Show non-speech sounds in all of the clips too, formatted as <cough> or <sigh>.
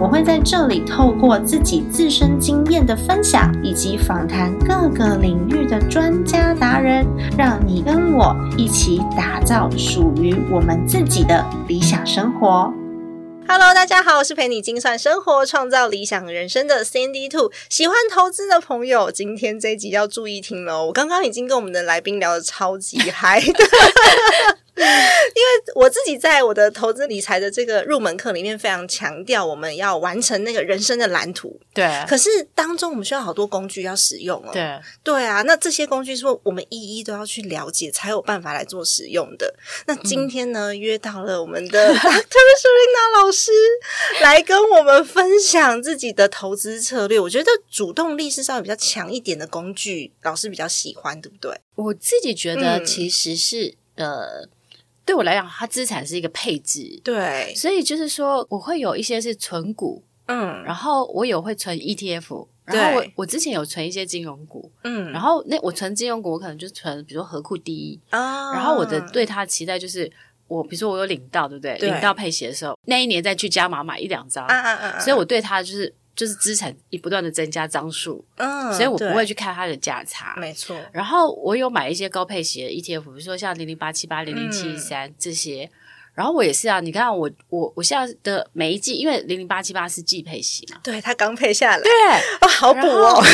我会在这里透过自己自身经验的分享，以及访谈各个领域的专家达人，让你跟我一起打造属于我们自己的理想生活。 Hello，大家好，我是陪你精算生活、创造理想人生的 Sandy Two。喜欢投资的朋友，今天这一集要注意听了哦。我刚刚已经跟我们的来宾聊的超级嗨的，因为我自己在我的投资理财的这个入门课里面非常强调，我们要完成那个人生的蓝图。对可是当中我们需要好多工具要使用哦。对，对啊，那这些工具是我们一一都要去了解，才有办法来做使用的。那嗯今天呢，约到了我们的 <laughs> Dr. Serena 老师来跟我们分享自己的投资策略。我觉得主动力是稍微比较强一点的工具，老师比较喜欢，对不对？我自己觉得嗯其实是、呃，对我来讲，它资产是一个配置，对，所以就是说我会有一些是存股，嗯然后我有会存 ETF，然后我对我之前有存一些金融股，嗯然后那我存金融股，我可能就存比如说和库第一，啊然后我的对它的期待就是我比如说我有领到，对不对？对领到配息的时候，那一年再去加码买一两张，啊啊啊啊，所以我对它就是就是资产一不断的增加张数，嗯，所以我不会对，去看它的价差，没错，然后我有买一些高配型的 ETF，比如说像零零八七八、零零嗯七三这些。然后我也是啊，你看我我我现在的每一季，因为零零八七八是季配型嘛，对他刚配下来，对，啊哦，好补然 <laughs> 后哦，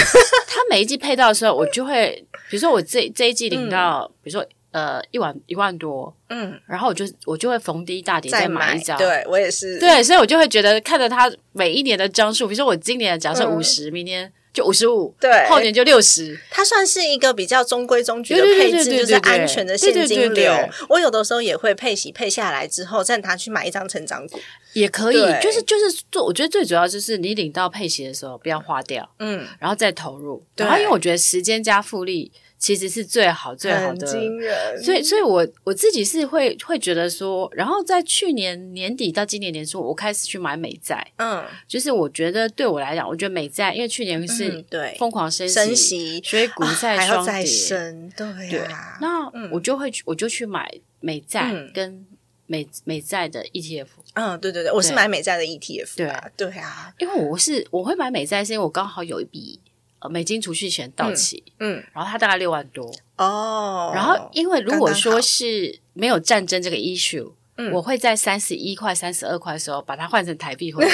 它每一季配到的时候，我就会，比如说我这这一季领到，比如说呃一万一万多，嗯，然后我就我就会逢低大跌再买买一，张，对我也是，对，啊所以我就会觉得看着它每一年的张数，比如说我今年假设嗯五十、明年就五十五，对后年就六十，它算是一个比较中规中矩的对对配对置，对对就是对对安全的现金对对对流对。我有的时候也会配息配下来之后，再拿去买一张成长股。也可以对，就是就是做，我觉得最主要就是你领到配息的时候不要花掉，嗯，然后再投入。对然后因为我觉得时间加复利其实是最好最好很的，惊人。所以所以我我自己是会会觉得说，然后在去年年底到今年年初，我开始去买美债，嗯，就是我觉得对我来讲，我觉得美债，因为去年嗯是对疯狂升息，升息所以股啊债还要双再跌，升，对对呀、啊。那嗯我就会去我就去买美债嗯跟美美债的 E ETF。嗯，对对对，我是对买美债的 ETF 啊，对啊，因为我是我会买美债，是因为我刚好有一笔呃美金储蓄险到期，嗯，然后它大概六万多。哦，然后因为如果刚刚好说是没有战争这个嗯 issue，、我会在三十一块、三十二块的时候把它换成台币 <laughs> 回来，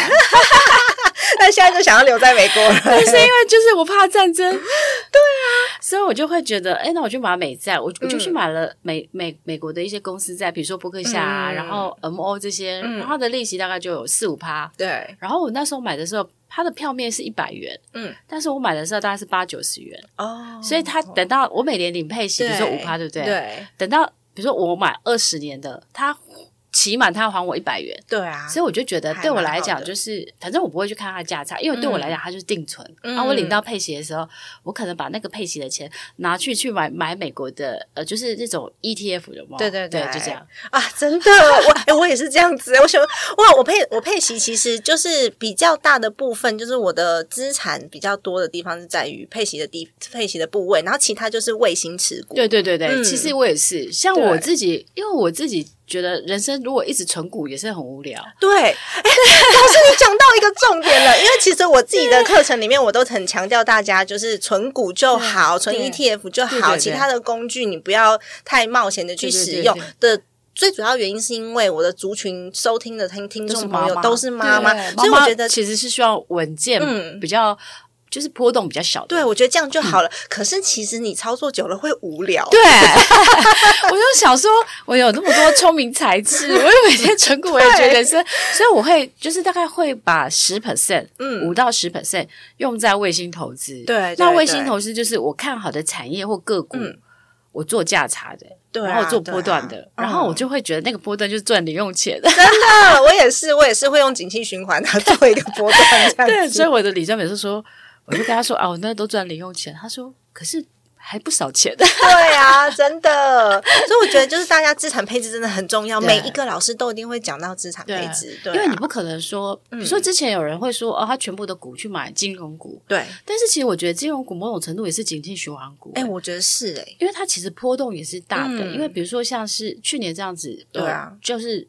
但现在就想要留在美国了，但是因为就是我怕 <laughs> 战争，对啊，所以我就会觉得，哎，那我就买美债，我我就嗯去买了美美美国的一些公司债，比如说伯克夏、啊，嗯然后 MO 这些，嗯然后它的利息大概就有四五趴，对，然后我那时候买的时候，它的票面是一百元，嗯，但是我买的时候大概是八九十元，哦，所以它等到我每年领配息，对比如说五趴，对不对？。对等到比如说我买二十年的，它期满它还我一百元，对啊，所以我就觉得还对我蛮好来讲的就是，反正我不会去看它的价差，因为对我来讲它就是定存。嗯然后我领到配息的时候，我可能把那个配息的钱拿去去买买美国的呃，就是那种 ETF 的嘛。对对对对，就这样。啊，真的，我、哎，我也是这样子。我想，哇，我配我配息其实就是比较大的部分，就是我的资产比较多的地方是在于配息的地配息的部位，然后其他就是卫星持股。对对对对，嗯其实我也是，像对我自己，因为我自己觉得人生如果一直存股也是很无聊。对，哎、老师你讲到一个重点了，因为其实我自己的课程里面我都很强调大家就是存股就好，存对 ETF 就对对好，对其他的工具你不要太冒险的去对对使对用对的。最主要原因是因为我的族群收听的听听都是众妈朋友妈，都是妈妈，对所以我觉得其实是需要稳健，嗯比较就是波动比较小的。对，我觉得这样就好了。可是其实你操作久了会无聊。嗯对， <laughs> 我就想说，我有那么多聪明才智，我每天存股，我也觉得是，所以我会就是大概会把十 percent，嗯五到十 percent 用在卫星投资。对对那卫星对投资就是我看好的产业或个股，嗯我做价差的，对啊然后我做波段的，对啊然后我就会觉得那个波段就是赚零用钱。真的，嗯我也是，我也是会用景气循环来做一个波段这对，样子。哦所以我的理专每次说，我就跟他说啊，我那都赚零用钱。他说，可是还不少钱。对啊，真的。所以我觉得就是大家资产配置真的很重要，对每一个老师都一定会讲到资产配置，对啊，因为你不可能说，嗯比如说之前有人会说，哦，他全部的股去买金融股，对，但是其实我觉得金融股某种程度也是景气循环股、哎、欸我觉得是哎、因为它其实波动也是大的，嗯因为比如说像是去年这样子，对啊呃就是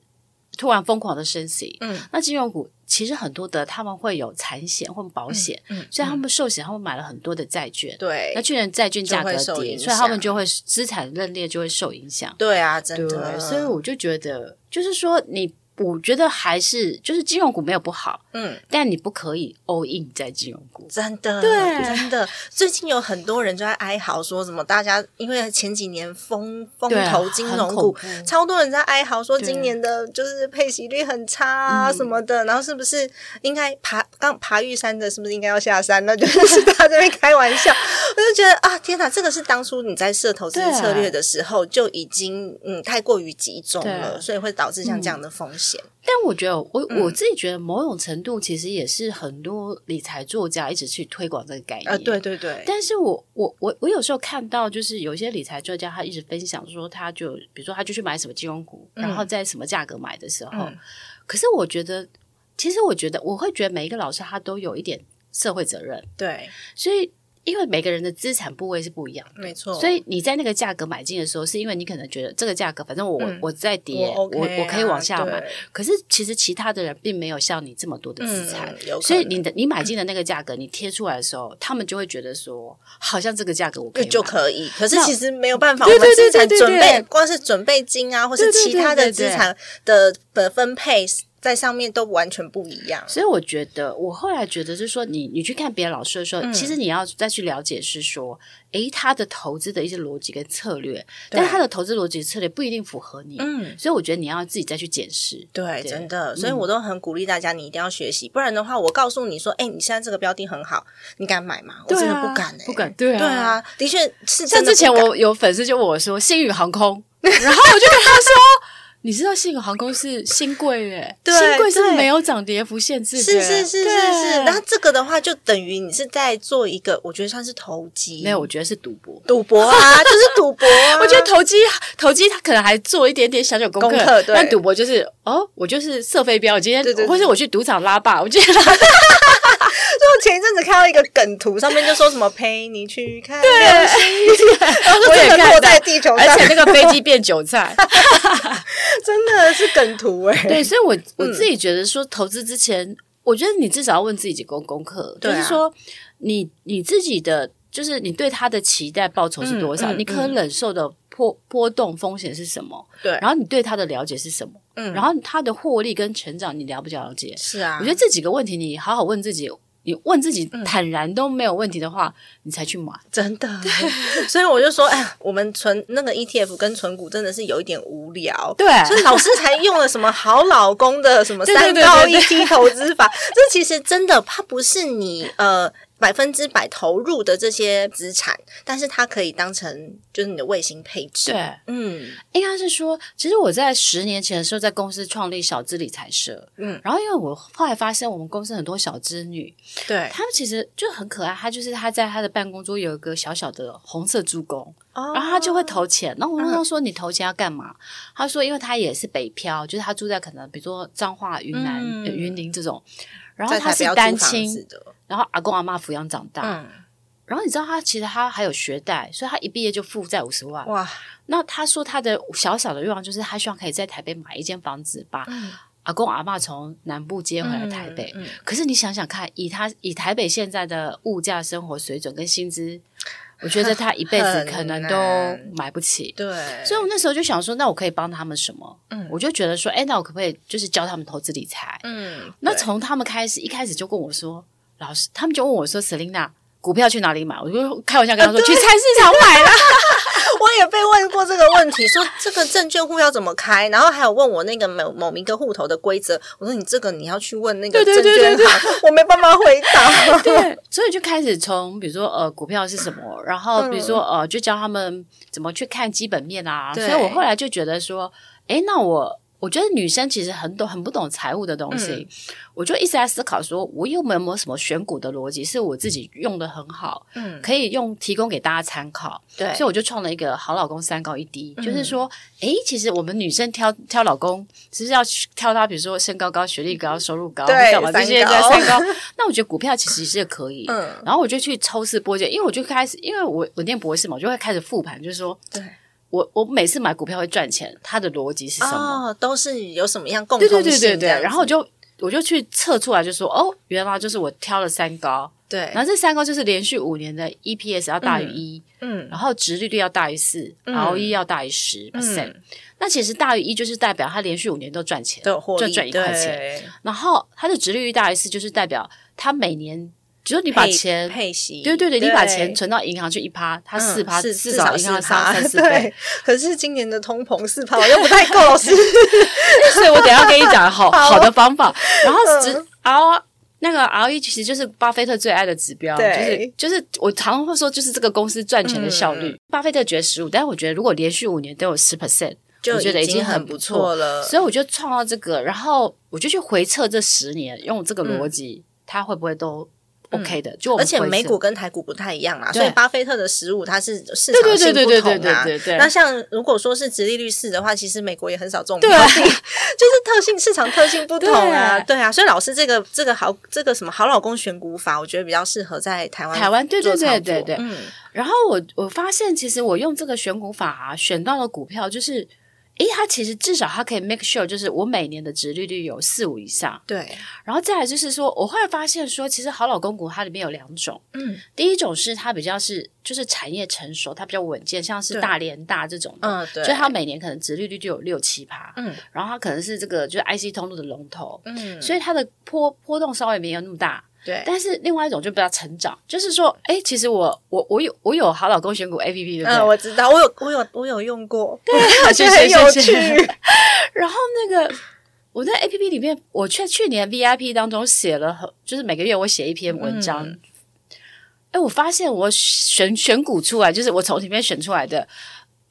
突然疯狂的升息，嗯那金融股其实很多的他们会有产险或保险，嗯，所以他们寿险他们买了很多的债券，对那去年债券价格就会受跌，影响所以他们就会资产认列就会受影响。对啊，真的，对，所以我就觉得，就是说你，我觉得还是就是金融股没有不好，嗯。但你不可以 all in 在金融股。真的，对真的，最近有很多人就在哀嚎说什么，大家因为前几年风风对啊头金融股，很恐怖超多人在哀嚎说对今年的就是配息率很差嗯啊什么的，然后是不是应该爬刚爬玉山的，是不是应该要下山了？就是大家这边开玩 <laughs> 笑，我就觉得啊，天哪，这个是当初你在设投资对啊策略的时候就已经嗯太过于集中对啊嗯了，所以会导致像这样的风险。但我觉得，我、嗯我自己觉得，某种程度其实也是很多理财作家一直去推广这个概念。啊，对。对对，但是我我我我有时候看到，就是有一些理财作家，他一直分享说，他就比如说他就去买什么金融股，嗯然后在什么价格买的时候，嗯可是我觉得，其实我觉得我会觉得每一个老师他都有一点社会责任，对，所以，因为每个人的资产部位是不一样的，没错，所以你在那个价格买进的时候，是因为你可能觉得这个价格，反正我、嗯我在跌，我我 OK 啊我可以往下买对。可是其实其他的人并没有像你这么多的资产，嗯有可能所以你的你买进的那个价格，你贴出来的时候，他们就会觉得说，好像这个价格我可以就买可以，可是那其实没有办法，我对们对资对产对对准备对光是准备金啊，或是对对其他对的对资对产的的分配在上面都完全不一样。所以我觉得，我后来觉得就是说你，你去看别的老师的时候，嗯其实你要再去了解是说，诶，他的投资的一些逻辑跟策略，对但他的投资逻辑策略不一定符合你，嗯，所以我觉得你要自己再去检视。对，对嗯真的，所以我都很鼓励大家，你一定要学习，不然的话，我告诉你说，哎，你现在这个标的很好，你敢买吗？我真的不敢欸，不敢，对对啊，啊，的确是真像的不敢。之前我有粉丝就问我说：“星宇航空”，然后我就跟他说：“ <laughs> 你知道星宇航空是新贵耶， <laughs> 对新贵是对没有涨跌幅限制的，是是是是是，对那这个的话，就等于你是在做一个，我觉得算是投机，没有，我觉得是赌博。”。赌博啊，就是赌博啊 <laughs> 我觉得投机，投机他可能还做一点点小小功课，功课对但赌博就是哦，我就是射飞镖，我今天对对对或是我去赌场拉霸，我 <laughs> 今天拉霸就我 <laughs> 前一阵子看到一个梗图，上面就说什么陪你去看流星雨，然后就我真也的看落到在地球而上，且那个飞机变韭菜。 <laughs> 真的是梗图哎、对，所以我我自己觉得说，投资之前，我觉得你至少要问自己几个功课，对啊就是说你你自己的，就是你对它的期待报酬是多少，嗯嗯你可忍受的波波动风险是什么，对然后你对它的了解是什么，嗯然后它的获利跟成长你了不了解？是啊，嗯我觉得这几个问题，你好好问自己。你问自己坦然都没有问题的话，你才去买。真的， <laughs> 所以我就说，哎呀，我们存那个 ETF 跟存股真的是有一点无聊，对所以老师才用了什么好老公的什么 <laughs> 对对三对高对一对低投资法， <laughs> 这其实真的它不是你呃。百分之百投入的这些资产，但是它可以当成就是你的卫星配置。对，嗯，应该是说，其实我在十年前的时候，在公司创立小资理财社，嗯嗯，然后因为我后来发现，我们公司很多小资女，对，她们其实就很可爱，她就是她在她的办公桌有一个小小的红色猪公，哦嗯然后她就会投钱，然后我问她说：“你投钱要干嘛？”她说：“因为她也是北漂，就是她住在可能比如说彰化、云南、嗯呃云林这种，然后在她台是北要单租房子亲，的，然后阿公阿妈抚养长大，嗯，然后你知道她其实她还有学贷，所以她一毕业就负债五十万，哇，那他说他的小小的愿望就是他希望可以在台北买一间房子，把阿公阿嬷从南部接回来台北。嗯嗯可是你想想看，以他以台北现在的物价、生活水准跟薪资，我觉得他一辈子可能都很买不起。 <laughs> 对，所以我那时候就想说，那我可以帮他们什么？嗯我就觉得说，哎，那我可不可以就是教他们投资理财？嗯，那对从他们开始，一开始就跟我说，老师，他们就问我说，Selina，股票去哪里买？我就开玩笑 <laughs> 跟他说，去菜市场买啦。我也被问过这个问题，说这个证券户要怎么开，然后还有问我那个某某一个户头的规则，我说你这个你要去问那个对证对对券行，我没办法回答。对， <laughs> 所以就开始从比如说呃股票是什么，然后比如说呃就教他们怎么去看基本面啊。嗯对所以我后来就觉得说，诶，那我我觉得女生其实很懂、很不懂财务的东西，嗯我就一直在思考说，我有没有什么选股的逻辑是我自己用的很好，嗯，可以用提供给大家参考。对所以我就创了一个好老公三高一低，嗯就是说，诶，其实我们女生挑挑老公，只是要去挑他，比如说身高高、学历高、收入高，嗯对干嘛这些三在高三高。那我觉得股票其实是可以。嗯，然后我就去抽丝剥茧，因为我就开始，因为我我念博士嘛，我就会开始复盘，就是说对，我我每次买股票会赚钱，它的逻辑是什么？哦，都是有什么样共嗯对通性对对对这对，样子然后我就我就去测出来，就说哦，原来就是我挑了三高，对，然后这三高就是连续五年的 EPS 要大于一、嗯然后值利率要大于四、嗯 r o e 要大于十 percent、嗯，那其实大于一就是代表它连续五年都赚钱，都有获利，就赚一块钱。对，然后它的值利率大于四就是代表它每年，只有你把配钱配息，对对对，你把钱存到银行去一趴，它四趴，嗯是至少银行上三 <laughs> 四倍对。，可是今年的通膨四趴好像不太够，老师。 <laughs> 所以我等一下跟你讲好 <laughs> 好好的方法。然后嗯只 R 那个 ROE 其实就是巴菲特最爱的指标，对就是就是我常常会说，就是这个公司赚钱的效率。嗯巴菲特觉得十五，但是我觉得如果连续五年都有十 percent，就我觉得已已经经很很不不错错了所以我就创造这个，然后我就去回测这十年，用这个逻辑，它会不会都 OK 的？就我嗯而们且回测美股跟台股不太一样啦，对所以巴菲特的十五它是市对场对性对对不对同对啊。对对对，那像如果说是直利率四的话，其实美国也很少这种对啊标的， <laughs> 就是特性市场特性不同啊，对对啊，所以老师这个这个好这个什么好老公选股法，我觉得比较适合在台湾台湾对做对操对对作对嗯然后我我发现，其实我用这个选股法、啊、选到了股票，就是，诶，它其实至少它可以 make sure，就是我每年的值利率有四五以上。对，然后再来就是说，我后来发现说，其实好老公股它里面有两种，嗯第一种是它比较是就是产业成熟，它比较稳健，像是对大连大这种的，嗯对，就它每年可能值利率就有六七趴，嗯然后它可能是这个就是 IC 通路的龙头，嗯，所以它的波波动稍微没有那么大。对但是另外一种就比较成长，就是说，哎，其实我我我有我有好老公选股 A P P 对不对？嗯，我知道，我有我有我有用过，我觉得很有趣。 <laughs> 然后那个我在 A P P 里面，我却去年 V I P 当中写了很，就是每个月我写一篇文章。嗯哎，我发现我选选股出来，就是我从里面选出来的，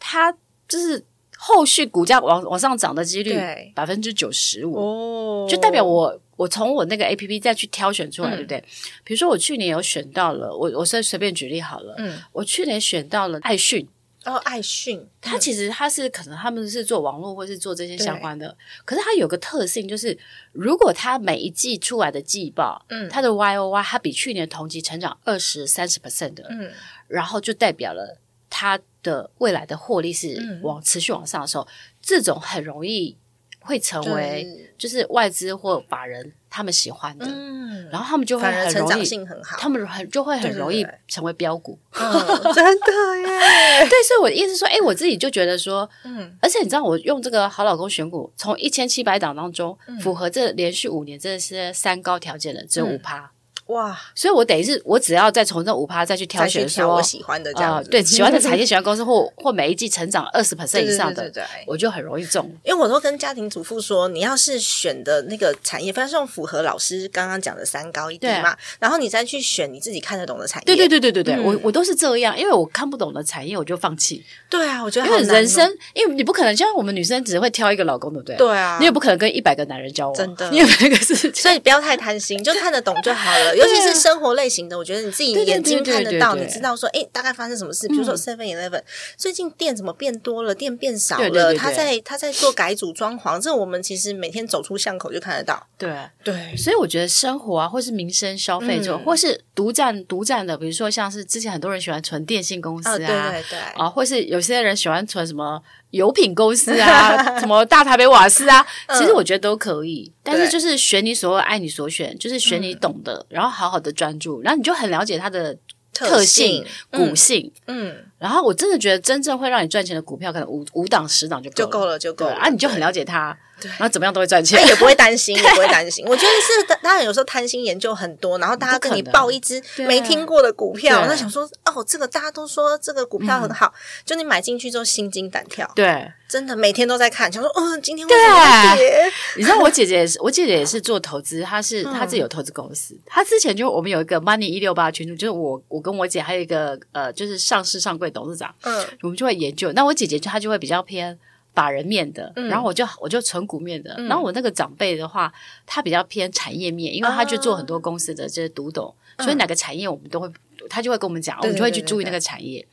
它就是后续股价往往上涨的几率对百分之九十五，哦就代表我我从我那个 A P P 再去挑选出来，嗯对不对？比如说我去年有选到了，我我随随便举例好了，嗯我去年选到了爱讯，哦爱讯，它其实它是可能他们是做网络或是做这些相关的，可是它有个特性就是，如果它每一季出来的季报，嗯它的 Y O Y 它比去年同期成长二十三十 percent 的，嗯然后就代表了它的未来的获利是嗯往持续往上的时候，这种很容易会成为对就是外资或法人他们喜欢的，嗯，然后他们就会反而很成容长易，性很好他，们很就会很容易对对对成为标股。嗯 <laughs> 真的耶，对，所以我的意思是说，哎，我自己就觉得说。嗯而且你知道，我用这个好老公选股，从一千七百档当中，嗯符合这连续五年这些三高条件的只有嗯五趴，哇，所以我等于是我只要再从这五趴再去挑再去选挑说我，喜欢的这样啊，子，对，喜 <laughs> 欢的产业、喜欢公司或或每一季成长二十对 percent 对以上对的，对对我就很容易中。因为我都跟家庭主妇说，你要是选的那个产业，非常是符合老师刚刚讲的三高一低对嘛，然后你再去选你自己看得懂的产业。对对对对对对，嗯我我都是这样，因为我看不懂的产业我就放弃，对啊，我觉得因好为难哦人生，因为你不可能，就像我们女生只会挑一个老公，对不对？、对啊，你也不可能跟一百个男人交往，真的你也那个是所以不要太贪心，就看得懂就好 <laughs> 了。尤其是生活类型的，我觉得你自己啊对对眼睛对对看得到，对嗯对你知道说，哎，大概发生什么事。比如说 Seven Eleven 最近店怎么变多了，店变少对对了，对对他在他在做改组装潢，这我们其实每天走出巷口就看得到。对。啊对，所以我觉得生活啊，或是民生消费者，嗯或是独占独占的，比如说像是之前很多人喜欢存电信公司啊，对啊。对对，啊，或是有些人喜欢存什么油品公司 <laughs> 啊，什么大台北瓦斯啊，嗯其实我觉得都可以，但对嗯是就是选你所爱，爱你所选，就是选你懂的，然后好好的专注，然后你就很了解它的特性、股嗯性。嗯，然后我真的觉得真正会让你赚钱的股票，可能五五档十档就够就了够了，就够对，了。哎啊，你就很了解它，然后怎么样都会赚钱他。也不会担心，也不会担心。我觉得是，当然有时候贪心研究很多，然后大家跟你不可能报一只对啊没听过的股票，对啊嗯那想说哦，这个大家都说这个股票很好，就你买进去之后心惊胆跳， <laughs> 对，啊真的每天都在看，想说嗯，今天为什么会跌？你知道我姐姐也是， <laughs> 我姐姐也是做投资，她是嗯她自己有投资公司。她之前就我们有一个 Money 一六八群组，就是我我跟我姐还有一个呃，就是上市上柜董事长，嗯我们就会研究。那我姐姐就她就会比较偏法人面的，嗯然后我就我就纯股面的。嗯然后我那个长辈的话，他比较偏产业面，因为他去做啊很多公司的这些读懂，所以哪个产业我们都会，他就会跟我们讲，哦嗯我对们就会对去对注意对那个产业。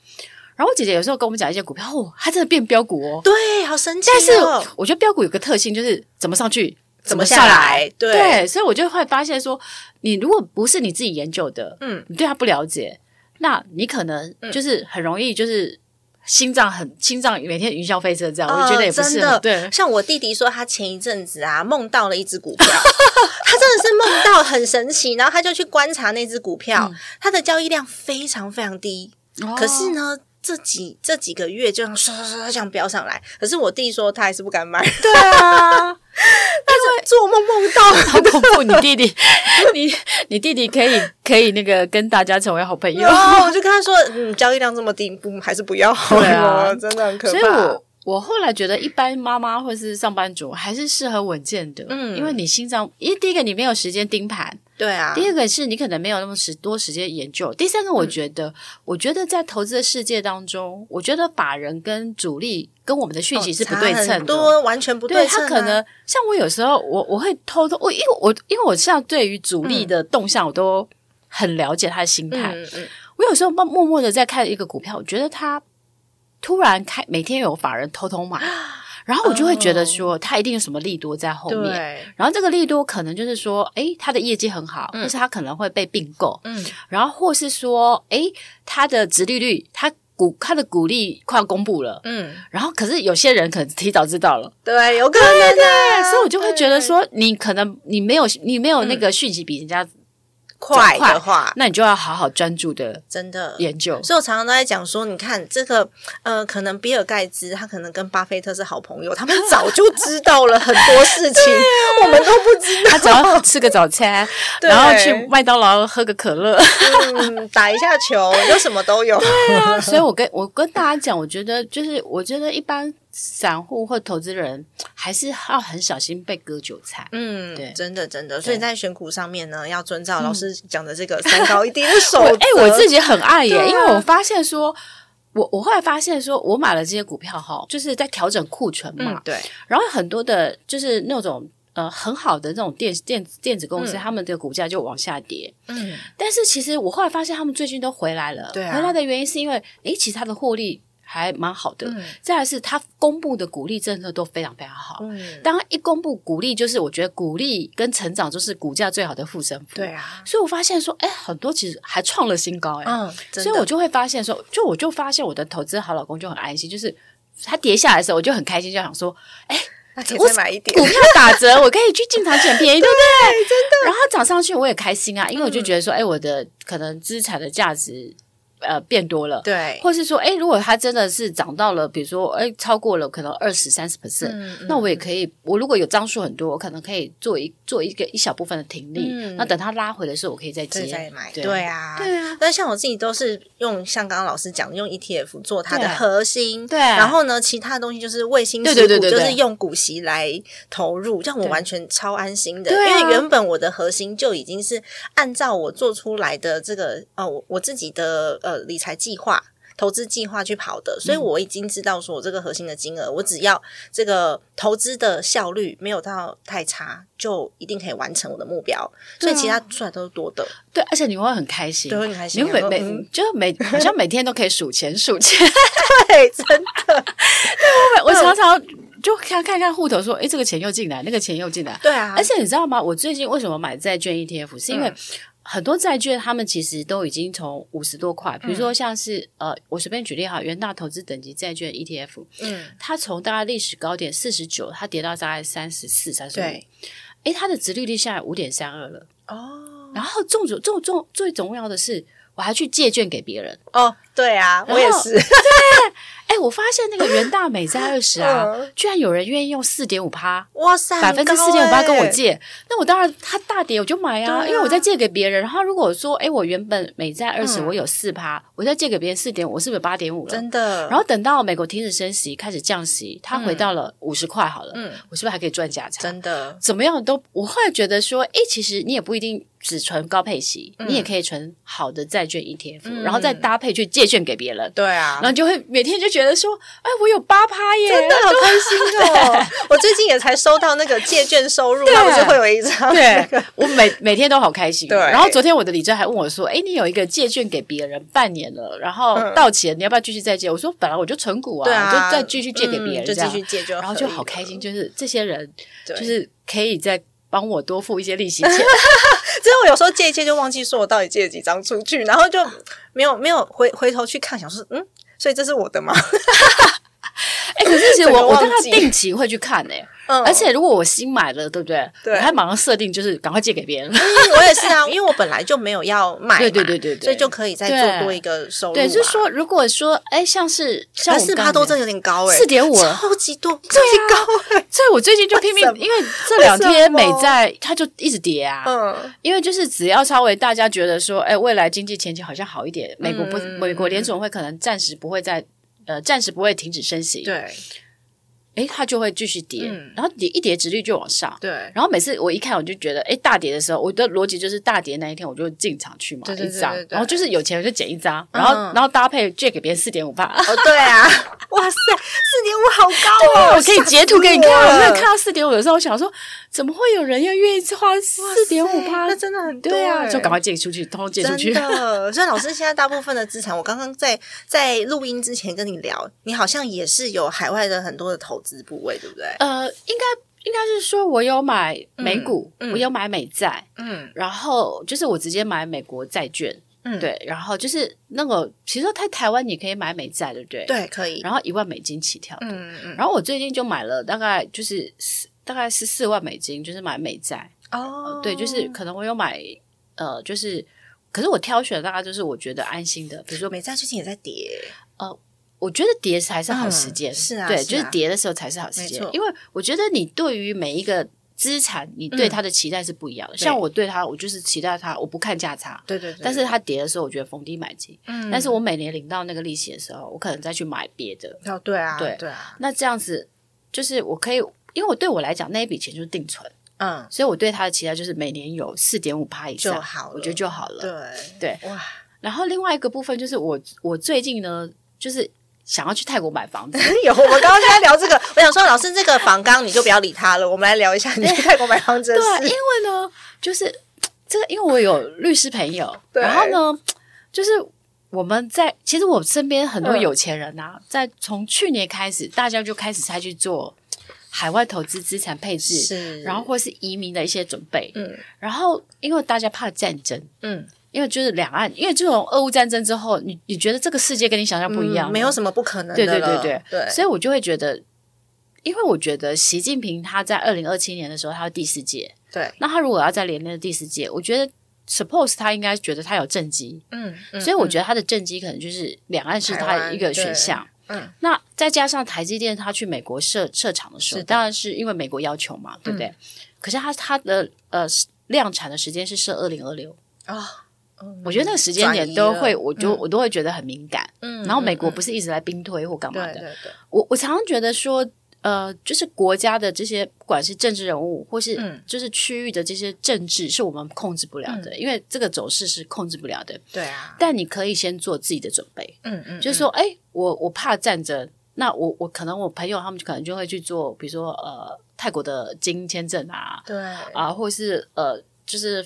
然后我姐姐有时候跟我们讲一些股票，哦，它真的变标股哦。对，好神奇但是哦、我觉得标股有个特性，就是怎么上去怎么么下来来。对所以我就会发现说，你如果不是你自己研究的，嗯，你对它不了解，那你可能嗯就是很容易就是心脏很心脏每天云霄飞车这样，哦我觉得也不是真的很对。像我弟弟说，他前一阵子啊梦到了一只股票，他真的是梦到很神奇，然后他就去观察那只股嗯票，它的交易量非常非常低，可是哦呢。这几这几个月就这样刷刷刷刷这样飙上来，可是我弟说他还是不敢买， <laughs> 但对啊，是做梦梦到，好恐怖！你弟 <laughs> 弟，你你弟弟可以可以那个跟大家成为好朋友然， <laughs> 后我就跟他说，嗯，交易量这么低，不还是不要好了，对 <laughs> 啊真的很可怕。所以我。我后来觉得，一般妈妈或是上班族还是适合稳健的，嗯因为你心脏，因为第一个你没有时间盯盘，对啊，第二个是你可能没有那么时多时间研究，第三个嗯我觉得，我觉得在投资的世界当中，我觉得法人跟主力跟我们的讯息是不对哦差称很的。多完全不对称、他啊。可能像我有时候我我会偷偷我因为我因为我像对于主力的动向我都很了解他的心态，嗯嗯我有时候默默默的在看一个股票，我觉得他突然开每天有法人偷 <gasps> 偷买，然后我就会觉哦得说他一定有什么利多在后面，对，然后这个利多可能就是说，诶，它的业绩很好，或是它可能会被并购，嗯然后或是说，诶，它的殖利率，它股它的股利快要公布了，嗯，然后可是有些人可能提早知道了，对，有可能啊的、对所以我就会觉得说，你可能你没有你没有那嗯个讯息比人家，快快的话，那你就要好好专注的真的。研究。所以我常常都在讲说，你看这个，呃，可能比尔盖茨他可能跟巴菲特是好朋友，他们早就知道了很多 <laughs> 事情，啊我们都不知他只要吃个早餐， <laughs> 对然后去麦当劳喝个可乐。道，嗯，打一下球就什么都有。啊所以我跟我跟大家讲，我觉得就是，我觉得一般散户或投资人还是要很小心被割韭菜。嗯，对真的真的。所以对嗯在选股上面呢，要遵照老师讲的这个三高一低的守我则。哎、我自己很爱耶，对啊因为我发现说。我我后来发现说，我买了这些股票哈，就是在调整库存嘛。嗯，对，然后很多的，就是那种呃很好的那种电电电子公司，嗯他们的股价就往下跌。嗯，但是其实我后来发现，他们最近都回来了。对啊回来的原因是因为，诶，其实它的获利还蛮好的。嗯再来是它公布的股利政策都非常非常好。嗯，当一公布股利，就是我觉得股利跟成长就是股价最好的护身符。对，啊，所以我发现说，诶，很多其实还创了新高、诶。嗯，真所的以我就会发现说，就我就发现我的投资好老公就很安心，就是他跌下来的时候，我就很开心，就想说那可以再买一点股。票打折，我可以去进场捡便 <laughs> 宜，对不对？真的。然后涨上去我也开心啊，因为我嗯就觉得说，哎、我的可能资产的价值呃变多了。对，或是说，哎，如果它真的是涨到了，比如说，哎，超过了可能二十三十 percent，嗯那我也可以，我如果有张数很多，我可能可以做一做一个一小部分的停利，嗯那等它拉回的时候，我可以再对，接再。买，对对啊，对啊，但像我自己都是用像刚刚老师讲，用 ETF 做它的对啊核心，对啊然后呢，其他东西就是卫星持对股，对对对就对是用股息来投入，这样我对完全超安心的。对啊因为原本我的核心就已经是按照我做出来的这个呃，我我自己的呃理财计划。投资计划去跑的，嗯所以我已经知道说我这个核心的金额，我只要这个投资的效率没有到太差，就一定可以完成我的目标。所以其他出来都是多的，啊对，而且你会很开心，对会很开心你会然后每嗯每就是每好像每天都可以数钱数钱， <laughs> 对，真的嗯我我常常就看看看户头，说，哎，这个钱又进来，那个钱又进来。对啊，而且你知道吗？我最近为什么买债券 ETF，是因为嗯很多债券他们其实都已经从五十多块，比如嗯说像是、呃，我随便举例哈，元大投资等级债券 ETF，嗯，它从大概历史高点四十九，它跌到大概三十四、三十五，对哎，它的殖利率下来五点三二了。哦然后重主重重最重要的是，我还去借券给别人。哦，对啊，后我也是，哎，我发现那个元大美债二十啊 <laughs> 嗯，居然有人愿意用四点五趴。哇塞，百分之四点五八很高跟我欸，借，那我当然他大跌我就买啊，对啊因为我在借给别人。然后如果说，哎，我原本美债二十、嗯我有四趴，我再借给别人四点，我是不是八点五了？真的，然后等到美国停止升息，开始降息，它嗯回到了五十块好了，嗯，我是不是还可以赚价差？真的，怎么样都，我后来觉得说，哎，其实你也不一定只存高配息，嗯你也可以存好的债券 ETF，、嗯然后再搭配去借券给别人。对啊然后就会每天就觉得说，哎，我有八趴耶，真的好开心 <laughs> 哦！我最近也才收到那个借券收入，啊对那不是会有一张那个对我每每天都好开心。啊对然后昨天我的李真还问我说：“哎，你有一个借券给别人半年了，然后到期了，你要不要继续再借？”我说：“本来我就存股啊， <laughs> 嗯对啊，就再继续借给别人，嗯就这继样续借就，然后就好 <laughs> 开。心，就是这些人对就是可以再帮我多付一些利 <laughs> 息钱。只是我有时候借一借就忘记说我到底借了几张出去，然后就没有没有回回头去看，想说嗯，所以这是我的吗？哎，可是其实整个我我忘大概记定期会去看哎，嗯，而且如果我新买了，对不对？对我还马上设定就是赶快借给 <laughs> 别人。嗯我也是 <laughs> 啊，因为我本来就没有要卖嘛，对对对对对所以就可以再对做多一个收入、啊。对，就是说如果说哎，像是像但我四刚趴才多，真的有点高哎、四点五。啊超级多，超级高、欸，所以我最近就拼命为什，么因为这两为什天么美债它就一直跌啊。嗯，因为就是只要稍微大家觉得说，哎，未来经济前景好像好一点，美国不，嗯美国联总会可能暂时不会再，呃，暂时不会停止升息，，对哎，它就会继续跌，嗯然后跌一跌，殖率就往上。 <laughs> 对然后每次我一看，我就觉得，哎，大跌的时候，我的逻辑就是大跌那一天我就进场去买对对对一张对对，对然后就是有钱我就捡一张，然后、嗯然后搭配借给别人四点五帕，哦对啊， <laughs> 哇塞，四点五好高哦， <laughs> 我可以截图给你看。吓死我了那看到四点五的时候，我想说，怎么会有人要愿意花四点五帕？那真的很多对啊，欸就赶快借出去，通通借出去真。 <laughs> 的，所以老师现在大部分的资产，我刚刚在在录音之前跟你聊，你好像也是有海外的很多的投资部位，对不对？呃，应该应该是说我有买美股，嗯嗯我有买美债，嗯然后就是我直接买美国债券，嗯，对，然后就是那个其实在台湾你可以买美债，对不对？，对，可以。然后一万美金起跳，嗯嗯然后我最近就买了大概就是四大概是四万美金，就是买美债，哦对，就是可能我有买呃就是。可是我挑选的大概就是我觉得安心的，比如说美债最近也在跌，我觉得跌才是好时间，嗯是啊对，是啊就是跌的时候才是好时间没错，因为我觉得你对于每一个资产，你嗯对它的期待是不一样的。像我对它，我就是期待它，我不看价差，对对对但是它跌的时候，我觉得逢低买进。嗯但是我每年领到那个利息的时候，我可能再去买别的。哦对啊对对啊，那这样子就是我可以，因为我对我来讲那一笔钱就是定存，嗯所以我对它的期待就是每年有四点五趴以上就好了我觉得就好了。对对哇然后另外一个部分就是我我最近呢，就是想要去泰国 <laughs> 买房子。有，我刚刚就在聊这个，我想说，老师这个房刚你就不要理他了，我们来聊一下你去泰国买房子的对，因事。为呢，就是这个，因为我有律师朋友， <laughs> 对然后呢，就是我们在其实我身边很多嗯有钱人啊，在从去年开始，大家就开始再去做海外投资资产配置，是然后或是移民的一些准备。嗯然后因为大家怕战争，嗯，因为就是两岸，因为这种俄乌战争之后，你你觉得这个世界跟你想象不一样了、嗯没有什么不可能对的对对了对对，所以我就会觉得。因为我觉得习近平他在二零二七年的时候，他是第四届，对，那他如果要再连任第四届，我觉得 suppose 他应该觉得他有政绩，嗯，所以我觉得得他的政绩可能就是两岸是台他湾一个选项。对嗯，那再加上台积电他去美国设设厂的时是候，的嗯当然是因为美国要求嘛，对不对？可是他他的呃量产的时间是设二零二六，啊，嗯我觉得那个时间点都会，我就、转移了我都会觉得很敏感。嗯然后美国不是一直在兵推或干嘛对的，对对，我我常常觉得说，呃，就是国家的这些，不管是政治人物，嗯或嗯是就是区域的这些政治，是我们控制不了的，因为这个走势是控制不了的。对啊，但你可以先做自己的准备，嗯嗯，就是说，哎、我我怕战争，那我我可能我朋友他们可能就会去做，比如说呃，泰国的金签证啊，对啊、或是呃，就是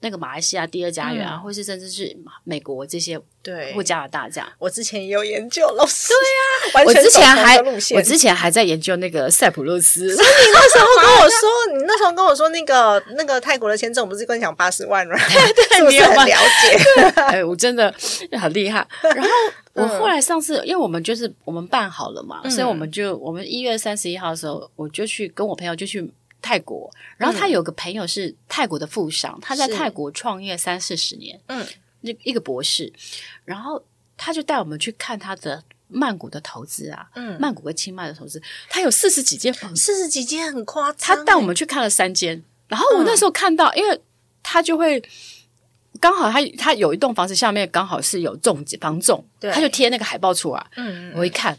那个马来西亚第二家园啊，或是甚至是美国这些嗯对或，加拿大这样。我之前也有研究，老师对啊，我之前还路线，我 <laughs> 之前还在研究那个塞浦路斯，那时候跟我说，啊你那时候跟我说那个那个泰国的签证，我不是跟你讲八十万吗？对，是不是你有很吗了 <laughs> 解？ <laughs> 哎，我真的很厉害。然后我嗯后来上次，因为我们就是我们办好了嘛，所以我们就我们一月三十一号的时候，我就去跟我朋友就去泰国。然后他有个朋友是泰国的富商，他在嗯是泰国创业三四十年，嗯，那一个博士。然后他就带我们去看他的曼谷的投资啊，嗯曼谷跟清迈的投资，他有四十几间房子，四十几间很夸张他欸，带我们去看了三间。然后嗯我那时候看到，因为他就会刚好他他有一栋房子下面刚好是有中介房仲，对他就贴那个海报出来。嗯，嗯我一看，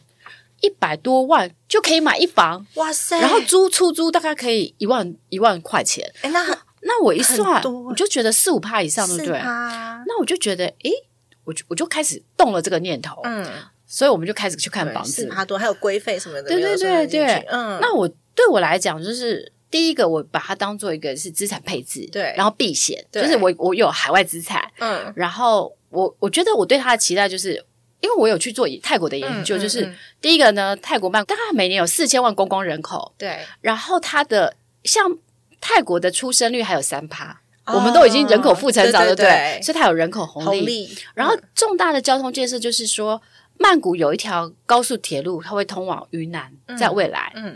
一百多万就可以买一房，哇塞，然后租出租大概可以一万一万块钱。哎，那那我一算很，多欸我就觉得四五趴以上，对不是对？他，那我就觉得，诶，我就我就开始动了这个念头，嗯，所以我们就开始去看房四子。趴多，还有规费什么的，对对没有算进去对对嗯，那我对我来讲，就是第一个，我把它当做一个是资产配置，对然后避险，对就是我我有海外资产，嗯，然后我我觉得我对它的期待就是。因为我有去做泰国的研嗯究，嗯就是、嗯第一个呢，泰国曼大概每年有四千万观光人口，对，然后它的像泰国的出生率还有三趴，我们都已经人口负成长，啊哦对对不对，所以它有人口红利。红利，嗯然后重大的交通建设就是说，曼谷有一条高速铁路，它会通往云南，在未来。嗯，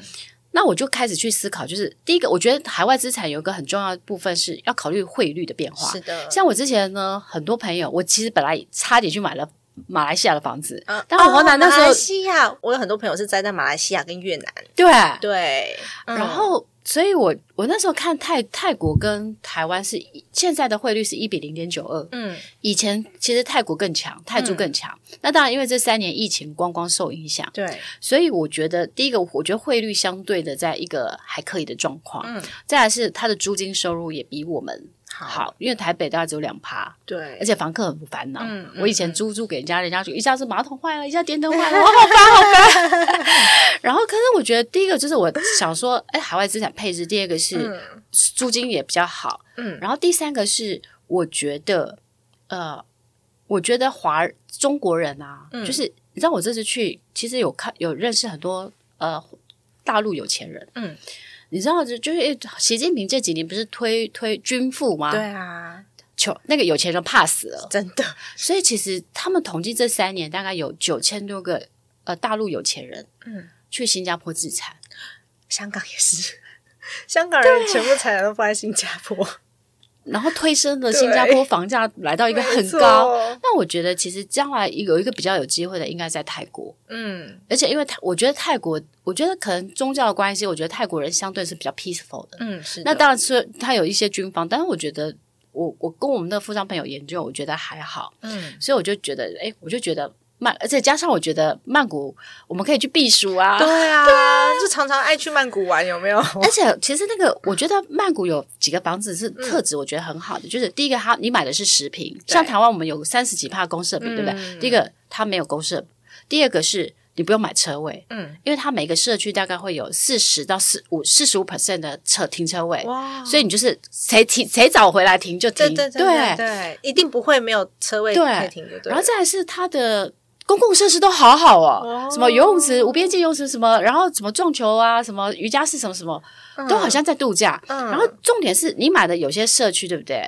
那我就开始去思考，就是第一个，我觉得海外资产有一个很重要的部分是要考虑汇率的变化。是的，像我之前呢，很多朋友，我其实本来差点去买了马来西亚的房子，嗯但我哦河南那时马候、来西亚，我有很多朋友是栽在马来西亚跟越南，对，对，嗯然后所以我我那时候看泰泰国跟台湾是一现在的汇率是一比零点九二，嗯，以前其实泰国更强，泰铢更强。那当然，因为这三年疫情观光受影响，对，所以我觉得第一个，我觉得汇率相对的在一个还可以的状况。嗯，再来是它的租金收入也比我们好，好，因为台北大概只有两趴，对，而且房客很不烦恼。嗯嗯我以前租住给人家，人家就一下是马桶坏了，一下电灯 <laughs> 坏了，我好烦好烦。 <laughs> 然后，可是我觉得第一个就是我想说，哎，海外资产配置；第二个是嗯租金也比较好，嗯然后第三个是，我觉得，呃，我觉得华中国人啊，嗯就是你知道，我这次去其实有看有认识很多呃大陆有钱人，嗯，你知道，就就是诶习近平这几年不是推推军富吗？对，啊，穷那个有钱人怕死了，真的，所以其实他们统计这三年大概有九千多个呃大陆有钱人，嗯，去新加坡自产。香港也是，香港人全部财产都放在新加坡，然后推升了对新加坡房价来到一个没很错高，，那我觉得其实将来有一个比较有机会的，应该在泰国。嗯而且因为泰，我觉得泰国，我觉得可能宗教的关系，我觉得泰国人相对是比较 peaceful 的。嗯，是的，那当然是他有一些军方，但是我觉得我我跟我们的富商朋友研究，我觉得还好，嗯，所以我就觉得，哎，我就觉得曼，而且加上我觉得曼谷我们可以去避暑啊。哎对啊，就常常爱去曼谷玩，有没有？而且其实那个，我觉得曼谷有几个房子嗯是特质，我觉得很好的，就是第一个它你买的是实平，像台湾我们有三十几帕公社比，对不嗯对？第一个它没有公社，第二个是你不用买车位，嗯，因为它每个社区大概会有四十到四五四十五 percent 的车停车位，哇，所以你就是谁停谁早回来停就停，对对对对对，一定不会没有车位对可以停就对了，然后再来是它的。公共设施都好好哦哦，什么游泳池、无边界游泳池什么，然后什么撞球啊，什么瑜伽室什么什么，都好像在度假。嗯然后重点是你买的有些社区对不对？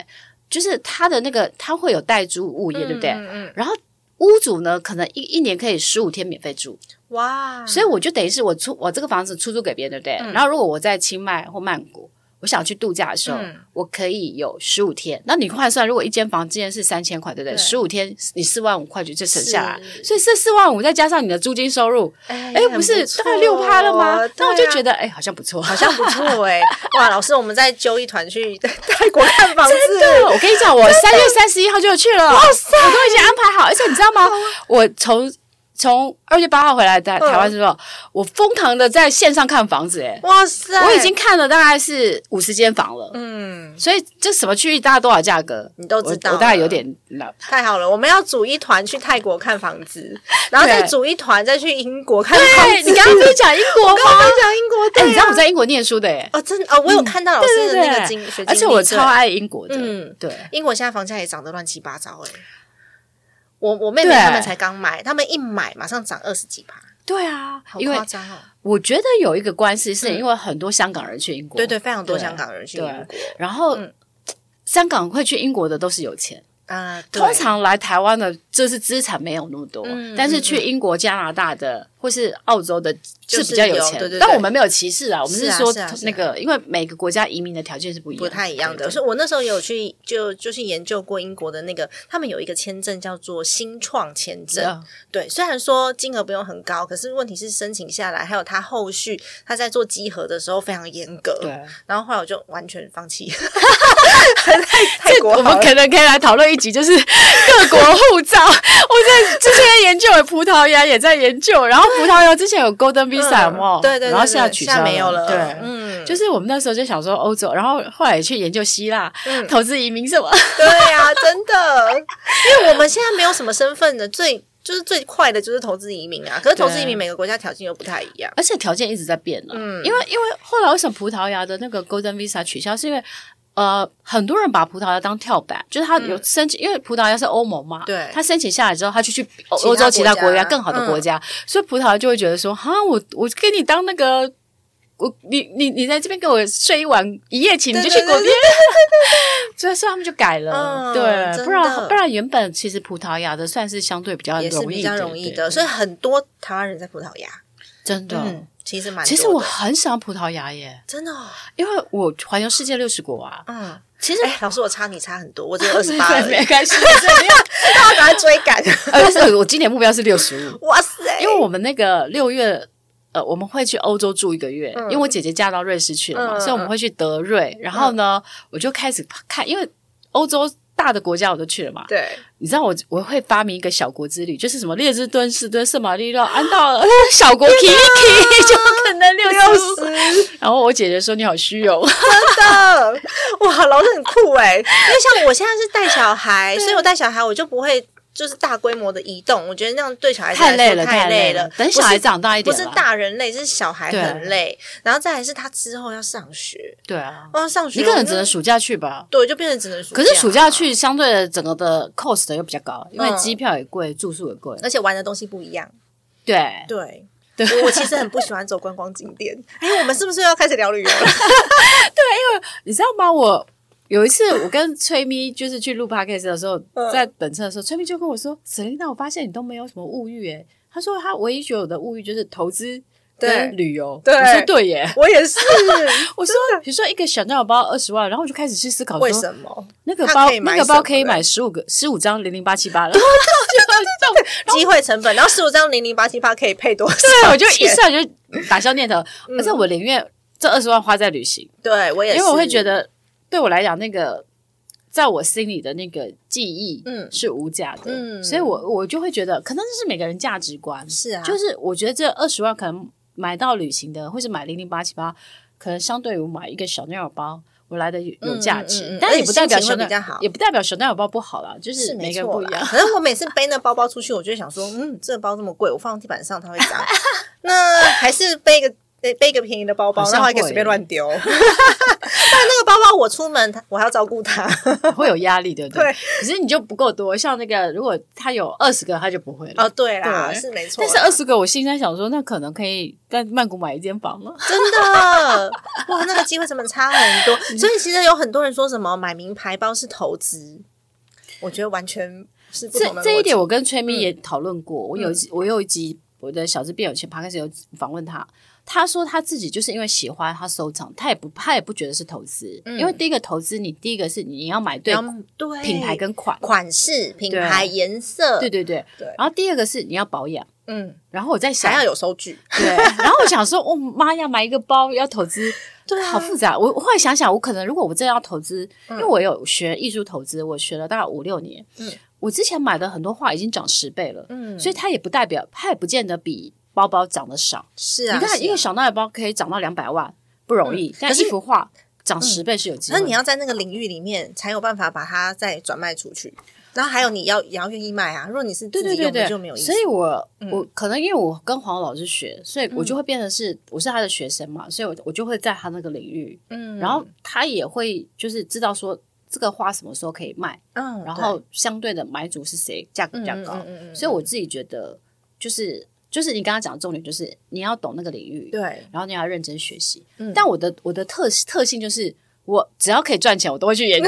就是它的那个，它会有代租物业，对不对？嗯嗯，嗯然后屋主呢，可能一一年可以十五天免费住，哇，所以我就等于是我出我这个房子出租给别人，对不对？嗯然后如果我在清迈或曼谷，我想去度假的时候，嗯我可以有十五天。那你换算，如果一间房间是三千块，对不对？对十五天你四万五块钱就省下来，是所以这四万五再加上你的租金收入，哎哎，不是大概六趴了吗？那我就很觉。不错对啊得哎，好像不错， <laughs> 好像不错哎、哇，老师，我们再揪一团去 <laughs> 泰国看房子，对，我跟你讲，我三月三十一号就有去了，哇塞，我都已经安排好，而且你知道啊吗？我从从二月八号回来台嗯台湾之后，我疯狂的在线上看房子、哎，哇塞，我已经看了大概是五十间房了，嗯，所以这什么区域大概多少价格，你都知道我，我大概有了点老。太好了，我们要组一团去泰国看房子，然后再对组一团再去英国看房对子。你刚刚不是讲英国我刚吗？刚讲英国，哎、对啊你知道我在英国念书的耶、哦，真的哦，我有看到老师的那个对经学经历，而且我对超爱英国的，嗯对。英国现在房价也涨得乱七八糟哎、我我妹妹对他们才刚买，他们一买马上涨二十几趴，对啊好因为夸张哦！我觉得有一个关系，是嗯因为很多香港人去英国，对对，非常多对香港人去对英国然后、嗯香港会去英国的都是有钱，啊，对通常来台湾的就是资产没有那么多，嗯但是去英国、加拿大的或是澳洲的就是是比较有有嗯对钱。对对但我们没有歧视啊，我们是啊说是啊是啊那个，因为每个国家移民的条件是不一样，不太一样的。对所以我那时候有去就就去研究过英国的那个，他们有一个签证叫做新创签对证，对，虽然说金额不用很高，可是问题是申请下来，还有他后续他在做集合的时候非常严格。对，然后后来我就完全放 <laughs> 弃，还在泰国我们好了可能可以来讨论一集，就是 <laughs> 各国护照。我在之前研究，葡萄牙也在研究，然后葡萄牙之前有 Golden Visa 有没有嗯对对对对，然后现在对取现消在没有了，对，嗯，就是我们那时候就想说欧洲，然后后来也去研究希腊、嗯投资移民什么，对呀、真的，因为我们现在没有什么身份的，最就是最快的就是投资移民啊。可是投资移民每个国家条件又不太一样。而且条件一直在变呢、嗯因为因为后来为什么葡萄牙的那个 Golden Visa 取消，是因为呃很多人把葡萄牙当跳板，就是他有申请，因为葡萄牙是欧盟嘛，嗯对他申请下来之后，他就去欧其他欧洲其他国国家嗯家更好的国家，所以葡萄牙就会觉得说，哈，我我给你当那个。我你你你在这边给我睡一晚一夜情，你就去对对国对边， <laughs> 所以所以他们就改了，嗯对，真不然的不然原本其实葡萄牙的算是相对比较也是容易比较容易对的，所以很多台湾人在葡萄牙，真的。嗯，其实蛮多的。其实我很喜欢葡萄牙耶，真的哦，，因为我环游世界六十国啊嗯，其实老师我差你差很多，我只有二十八， <laughs> 对 <laughs> 没关系。 <laughs> 大家赶快追赶，呃但是我今年目标是六十 <laughs> 五，哇塞！因为我们那个六月。呃，我们会去欧洲住一个月，因为我姐姐嫁到瑞士去了嘛，嗯嗯所以我们会去德瑞。然后呢，我就开始看，因为欧洲大的国家我都去了嘛。 <laughs> 对，你知道我我会发明一个小国之旅，就是什么列支敦士敦、圣马力诺、安道 <laughs> 尔小国 k i k <laughs> 就可能六十五。十然后我姐姐说你好虚荣，的， <laughs> 哇，老师很酷哎！因为像我现在是带小 <laughs> 孩，所以我带小孩我就不会就是大规模的移动，我觉得那样对小孩子来说太累了，太累了。等小孩长大一不点是啦，大人累，是小孩对很累，然后再来是他之后要上学，对啊，哦，上学你可我能就只能暑假去吧。对，就变成只能暑假。可是暑假，去，相对的整个的 cost 又比较高，因为嗯机票也贵，住宿也贵。而且玩的东西不一样。对，对，对我我其实很不喜欢走观光景点。哎，我们是不是要开始聊旅游了？你知道吗？我有一次我跟崔咪就是去录 podcast 的时候，嗯在等车的时候，崔咪就跟我说 s e l i n a 我发现你都没有什么物欲诶。她说她唯一觉得我的物欲就是投资。对跟旅游，对我说 <laughs> 对耶，我也是，我说，比如说一个小料包二十万，然后我就开始去思考说，为什么？那个它包可以买那个什包么可以嘞买十五个十五张零零八七八了，对对对，机会成本，然后十五张零零八七八可以配多少钱？对，我就一下就打消念头，而且我宁愿这二十万花在旅行，对嗯我也因是，为我会觉得对我来讲，那个在我心里的那个记忆，嗯是无价的，嗯所以我我就会觉得，可能这是每个人价值观，是啊，就是我觉得这二十万可能买到旅行的，或是买零零八七八，可能相对于买一个小鸟包。我来的有有价值，嗯嗯嗯但也不代表而且心情小会鸟比较好也不代表小鸟包不好啦，就是是每没个人不错啊一啦样。。可是我每次背那包包出去，我就会想 <laughs> 说，嗯，这包这么贵，我放到地板上它会脏， <laughs> 那还是背一个。背背一个便宜的包包好，像然后还可以会随便乱丢。 <laughs> 但那个包包我出门，它我还要照顾它。 <laughs> 会有压力，对不对？对可是你就不够多，像那个，如果他有二十个，他就不会了。哦，对啦，对是没错但啦。是二哦十个，我心里在想说，那可能可以在曼谷买一间房了。真的哇，那个机会成本差很多。嗯所以其实有很多人说什么买名牌包是投资，我觉得完全是 <laughs> 不这同的逻辑。这一点，我跟崔嗯咪也讨论过。我有一集，我有一集我的小资辩友前 p 开始有访问他，他说他自己就是因为喜欢他收藏，他也不他也不觉得是投资，嗯因为第一个投资你第一个是你要买对然后对品牌跟款，款式、品牌、颜色，对对对，对然后第二个是你要保养。嗯，然后我在想想要有收据，对，然后我想说，哦妈呀，买一个包要投资， <laughs> 对啊好复杂。我我后来想想，我可能如果我真的要投资，因为我有学艺术投资，我学了大概五六年，嗯，我之前买的很多画已经涨十倍了，嗯所以它也不代表，它也不见得比包包涨得少。是啊，你看，是一个啊小奈包可以涨到两百万，不容易，但可一是嗯幅画涨十倍是有机会那的。你要在那个领域里面才有办法把它再转卖出去。然后还有你要也要愿意卖啊，如果你是自对对己对用对，的就没有意思。所以我、嗯我可能因为我跟黄老师学，所以我就会变得是、我是他的学生嘛，所以我我就会在他那个领域，嗯然后他也会就是知道说这个花什么时候可以卖，嗯，然后相对的买主是谁，价格对比较高。嗯嗯嗯嗯嗯所以我自己觉得就是就是你刚刚讲的重点就是你要懂那个领域，，对然后你要认真学习。嗯但我的我的特特性就是。我只要可以赚钱，我都会去研究。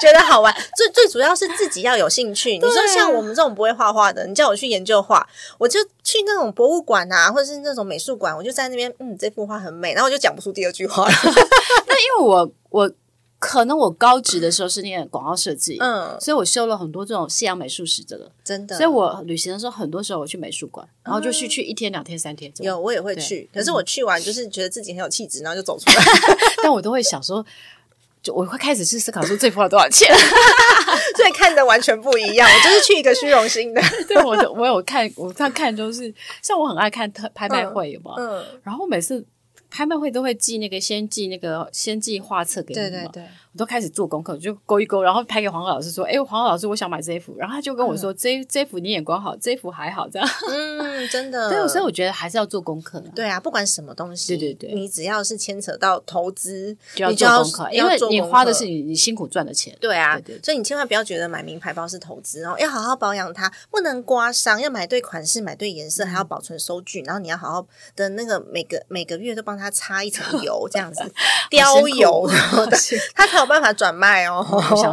觉得好玩，最最主要是自己要有兴趣。你啊说像我们这种不会画画的，你叫我去研究画，我就去那种博物馆啊，或者是那种美术馆，我就在那边，嗯，这幅画很美，然后我就讲不出第二句话了。但 <laughs> 因为我我可能我高职的时候是念广告设计，嗯，所以我修了很多这种西洋美术史的，真的。所以我旅行的时候，很多时候我去美术馆，然后就去去一天、两天、三天，嗯有，我也会对嗯去，可是我去完就是觉得自己很有气质，然后就走出来， <laughs> 但我都会想说，就我会开始去思考说这幅画多少钱。所以看的完全不一样。我就是去一个虚荣心 <laughs> 的，对，我都我有看，我看看就是像我很爱看特拍卖会，有没有？嗯，然后每次拍卖会都会寄那个先寄那个先寄画册给你嘛，对对对，我都开始做功课，就勾一勾，然后拍给黄老师说：“哎，黄老师，我想买这一幅。”然后他就跟我说：“这这幅你眼光好，这幅还好。”这样， <laughs> 嗯，真的， <laughs> 对，所以我觉得还是要做功课啦。对啊，不管什么东西，对对对你只要是牵扯到投资，就要你就做要功课，你因要为做你功花的课是你你辛苦赚的钱。对啊，对对对所以你千万不要觉得买名牌包是投资哦，要好好保养它，不能刮伤，要买对款式，买对颜色，还要嗯保存收据，然后你要好好的那个每个每个月都帮它擦一层油，这样 <laughs> 子雕油，它才有办法转卖我 想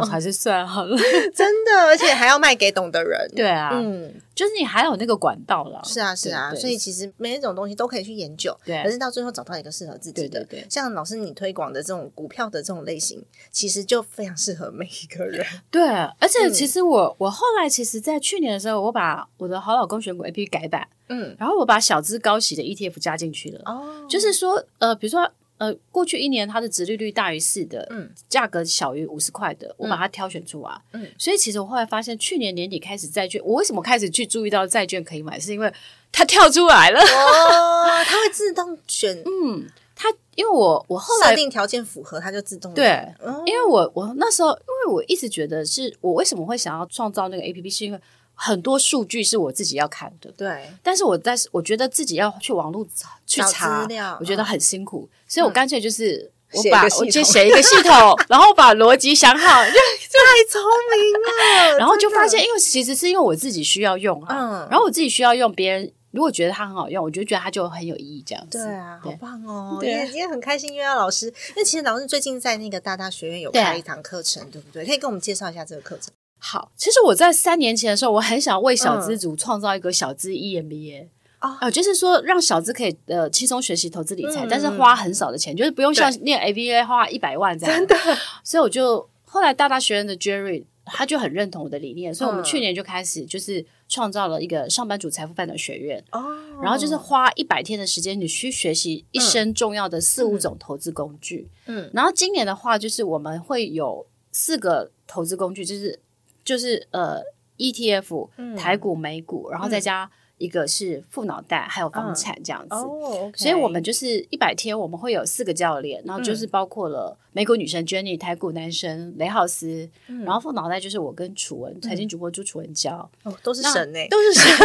<laughs> 哦。还是算好 <laughs> 了。真的，而且还要卖给懂的人。对啊，嗯，就是你还有那个管道啦。是啊，是啊，对对所以其实每一种东西都可以去研究，对可是到最后找到一个适合自己的。对对对像老师你推广的这种股票的这种类型，其实就非常适合每一个人。对，而且嗯其实我、我后来其实，在去年的时候，我把我的好老公选股 A P P 改版， <laughs> 嗯，然后我把小资高息的 E T F 加进去了。哦就是说，呃，比如说，呃，过去一年它的值利率大于四的，嗯，价格小于五十块的，我把它挑选出来。嗯所以其实我后来发现，去年年底开始债券，我为什么开始去注意到债券可以买，是因为它跳出来了。哦，它会自动选嗯，它因为我我后设来定条件符合，它就自动对哦因为我我那时候，因为我一直觉得是我为什么会想要创造那个 A P P，是因为很多数据是我自己要看的。对，但是我在我觉得自己要去网络查去找查资料嗯我觉得很辛苦，所以我干脆就是。我写一个把系我统就写一个 <laughs> 系统，然后把逻辑想好，就太聪明 <laughs> 了，然后就真的发现，因为其实是因为我自己需要用啊，嗯然后我自己需要用，别人如果觉得它很好用，我就觉得它就很有意义这样子。对啊，好对棒哦！对啊也也很开心约到老师，因为其实老师最近在那个大大学院有对啊开一堂课程，对不对？可以跟我们介绍一下这个课程好，其实我在三年前的时候，我很想为嗯小资族创造一个小资 E EMBA。哦呃就是说让小资可以呃轻松学习投资理财，嗯但是花很少的钱，就是不用像念 ABA 花一百万这样。真的，所以我就后来大大学院的 Jerry 他就很认同我的理念，所以我们嗯去年就开始就是创造了一个上班族财富发展学院，哦然后就是花一百天的时间，你去学习一生重要的四五种投资工具。嗯然后今年的话，就是我们会有四个投资工具，就是就是呃 ETF、嗯台股、美股，然后再加一个是富脑袋，还有房产这样子。嗯哦，OK，嗯所以，我们就是一百天，我们会有四个教练，然后就是包括了美股女神 Jenny、台股男神雷浩斯，嗯然后富脑袋就是我跟楚文财经主播朱楚文教，哦都是那神呢，都是神。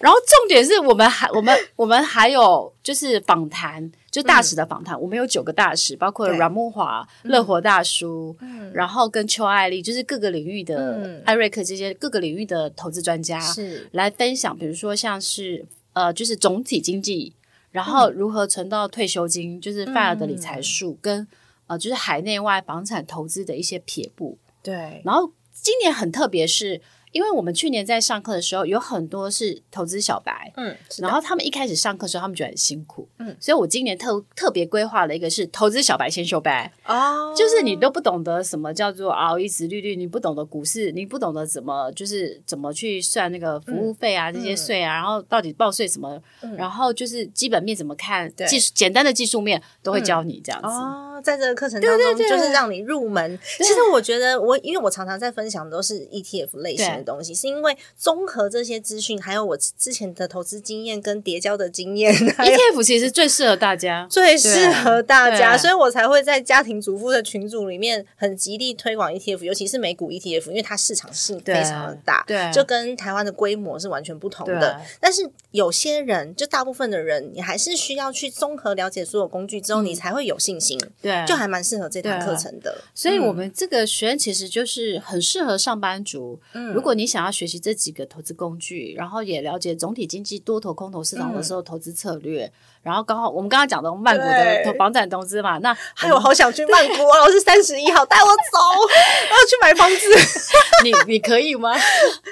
然后重点是我们还我们我们还有就是访谈，就大使的访谈，我们有九个大使，包括对阮木华、乐活大叔，然后跟邱爱丽，就是各个领域的嗯艾瑞克这些各个领域的投资专家是来分享，比如说像是呃，就是总体经济，然嗯后如何存到退休金，就是范尔的理财术跟。呃，就是海内外房产投资的一些撇步，对，然后今年很特别是，因为我们去年在上课的时候，有很多是投资小白。嗯，是的然后他们一开始上课的时候，他们觉得很辛苦，嗯所以我今年特特别规划了一个是投资小白先修班，哦，就是你都不懂得什么叫做 ROE 值利率，你不懂得股市，你不懂得怎么就是怎么去算那个服务嗯费啊、这些税啊，然后到底报税什么，然后就是基本面怎么看，对嗯技术简单的技术面都会教你这样子，哦，在这个课程当中，就是让你入门。其实我觉得我，因为我常常在分享的都是 ETF 类型的东西，是因为综合这些资讯，还有我之前的投资经验跟叠交的经验， <laughs> 还有 ETF E 其实最适合 <laughs> 大家，最适合大家，对所以我才会在家庭主妇的群组里面很极力推广 ETF，尤其是美股 ETF，因为它市场性非常的大，对对就跟台湾的规模是完全不同的对。但是有些人，就大部分的人，你还是需要去综合了解所有工具之后，你才会有信心。嗯对，就还蛮适合这堂对啊课程的。所以，我们这个学院其实就是很适合上班族。嗯如果你想要学习这几个投资工具，然后也了解总体经济多头、空头市场的嗯时候投资策略，然后刚好我们刚刚讲的曼谷的对投房产投资嘛，那 <laughs> 还哎有，我好想去曼谷啊！我是三十一号，带我走，我要去买房子。 <laughs> 你 <laughs> 你可以吗？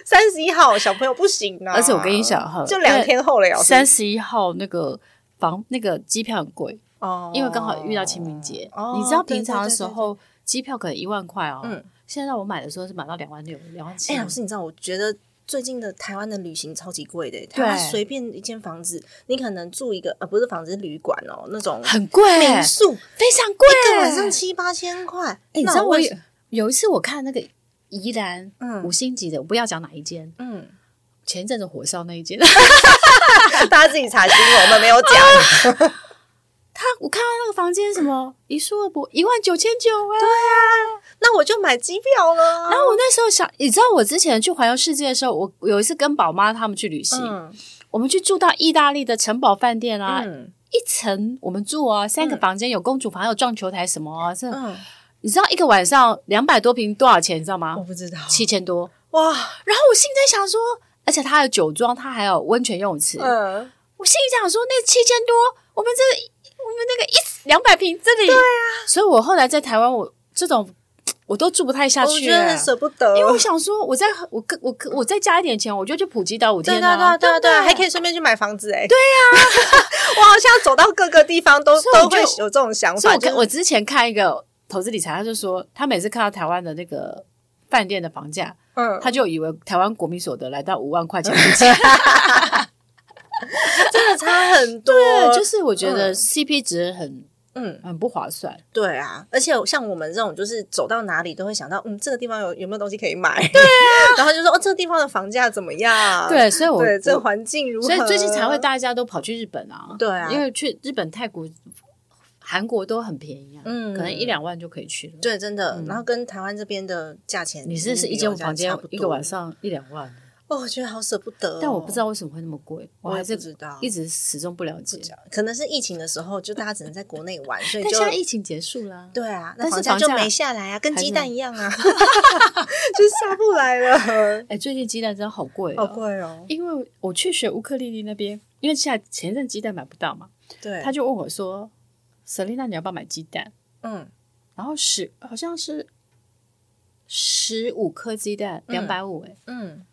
三十一号小朋友不行啊！而且我跟你讲哈就两天后了呀，三十一号那个房那个机票很贵，哦因为刚好遇到清明节。哦你知道平常的时候机票可能一万块哦，嗯现在我买的时候是买到两万六、两万七。哦哎、老师，你知道，我觉得最近的台湾的旅行超级贵的，欸台湾对随便一间房子，你可能住一个呃，不是房子，是旅馆哦，那种很贵，民宿，非常贵，一个晚上七八千块。哎、你那知道我为有有一次我看那个宜兰嗯五星级的，我不要讲哪一间，嗯，前一 <laughs> 阵子火烧那一间， <laughs> 大家自己查新闻，我们没有讲。他我看到那个房间什么一束二博一万九千九啊，那我就买机票了。然后我那时候想，你知道我之前去环游世界的时候，我有一次跟宝妈他们去旅行，嗯我们去住到意大利的城堡饭店啊，嗯一层我们住啊，三个嗯房间，有公主房，有撞球台什么啊，这、嗯，你知道一个晚上两百多平多少钱，你知道吗我？不知道。七千多。哇，然后我心里在想说，而且它还有酒庄，它还有温泉游泳池，嗯，我心里想说，那七千多，我们这我们那个一两百平，这里对啊，所以我后来在台湾，我这种我都住不太下我去觉得了很。舍不得，因为我想说，我再我跟我跟我再加一点钱，我就去普吉岛五对天对啊对对对，还可以顺便去买房子哎。对呀， <laughs> 我好像走到各个地方都所以我都会有就这种想所法，以我就是看我之前看一个投资理财，他就说，他每次看到台湾的那个饭店的房价，嗯，他就以为台湾国民所得来到五万块钱一 <laughs> 间。 <laughs> 真的差很多，对，就是我觉得 CP 值很嗯。很不划算。对啊，而且像我们这种，就是走到哪里都会想到，嗯，这个地方有有没有东西可以买？对啊， <laughs> 然后就说哦，这个地方的房价怎么样？对，所以我啊对，这我环境如何？所以最近才会大家都跑去日本啊。对啊因为去日本、泰国、韩国都很便宜啊，嗯可能一两万就可以去了。对，真的。嗯然后跟台湾这边的价钱，你是是一间房间差不多一个晚嗯上一两万，哦，我觉得好舍不得哦、但我不知道为什么会那么贵，我也还是不知道一直始终不了解。可能是疫情的时候，就大家只能在国内玩，所以但就现在疫情结束啦，对啊，那但是房价房就价没下来啊，跟还鸡是蛋一样 <laughs> 啊，就下不来了，哎，最近鸡蛋真的好贵，啊好。贵哦。因为我去学乌克丽丽那边，因为现在前阵鸡蛋买不到嘛，对，他就问我说：“Selina，你要不要买鸡蛋？”嗯然后十好像是十五颗鸡蛋，嗯两百五哎， <laughs> 嗯，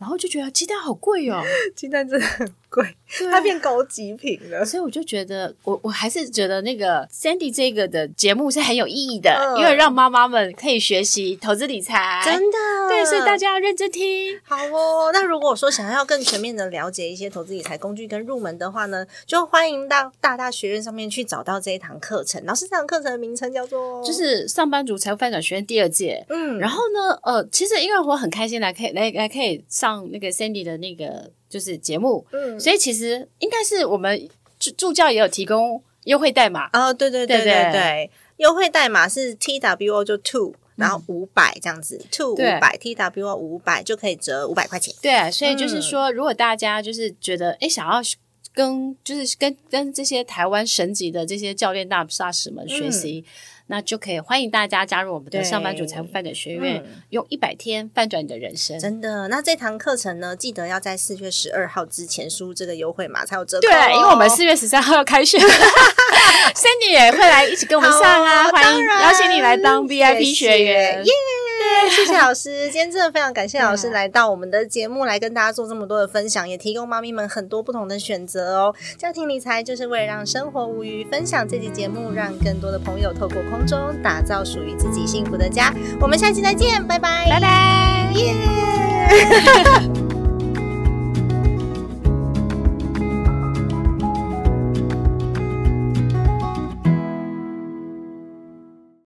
然后就觉得鸡蛋好 <laughs> 贵哦，鸡蛋真的很贵，对啊它变高级品了。所以我就觉得，我我还是觉得那个 Sandy 这个的节目是很有意义的，嗯因为让妈妈们可以学习投资理 <laughs> 财，真的，哎对，所以大家要认真听。好哦。那如果说想要更全面的了解一些投资理财工具跟入门的话呢，就欢迎到大大学院上面去找到这一堂课程。老师，这堂课程的名称叫做就是上班族财务翻转学院第二届。嗯，然后呢，呃，其实因为我很开心来可以来来可以上那个 Sandy 的那个就是节目，嗯，所以其实应该是我们助助教也有提供优惠代码，哦，对对对对对不对对，优惠代码是 T W O 就 two，然后五百这样子，two 五嗯对百 T W O 五百就可以折五百块钱。对，所以嗯就是说，如果大家就是觉得哎、诶想要跟就是跟跟这些台湾神级的这些教练大大使们嗯学习，那就可以欢迎大家加入我们对的上班族财富翻转学院，嗯用一百天翻转你的人生。真的，那这堂课程呢，记得要在四月十二号之前输入这个优惠码才有折扣对哦、，因为我们四月十三号要开学 <laughs> ，Sandy 也会来一起跟我们上啊，好哦欢当迎然邀请你来当 VIP 学员。耶谢 <laughs> 谢老师，今天真的非常感谢老师对啊来到我们的节目，来跟大家做这么多的分享，也提供妈咪们很多不同的选择哦。家庭理财就是为了让生活无虞，分享这期节目，让更多的朋友透过空中打造属于自己幸福的家。我们下期再见，拜拜，拜拜。耶。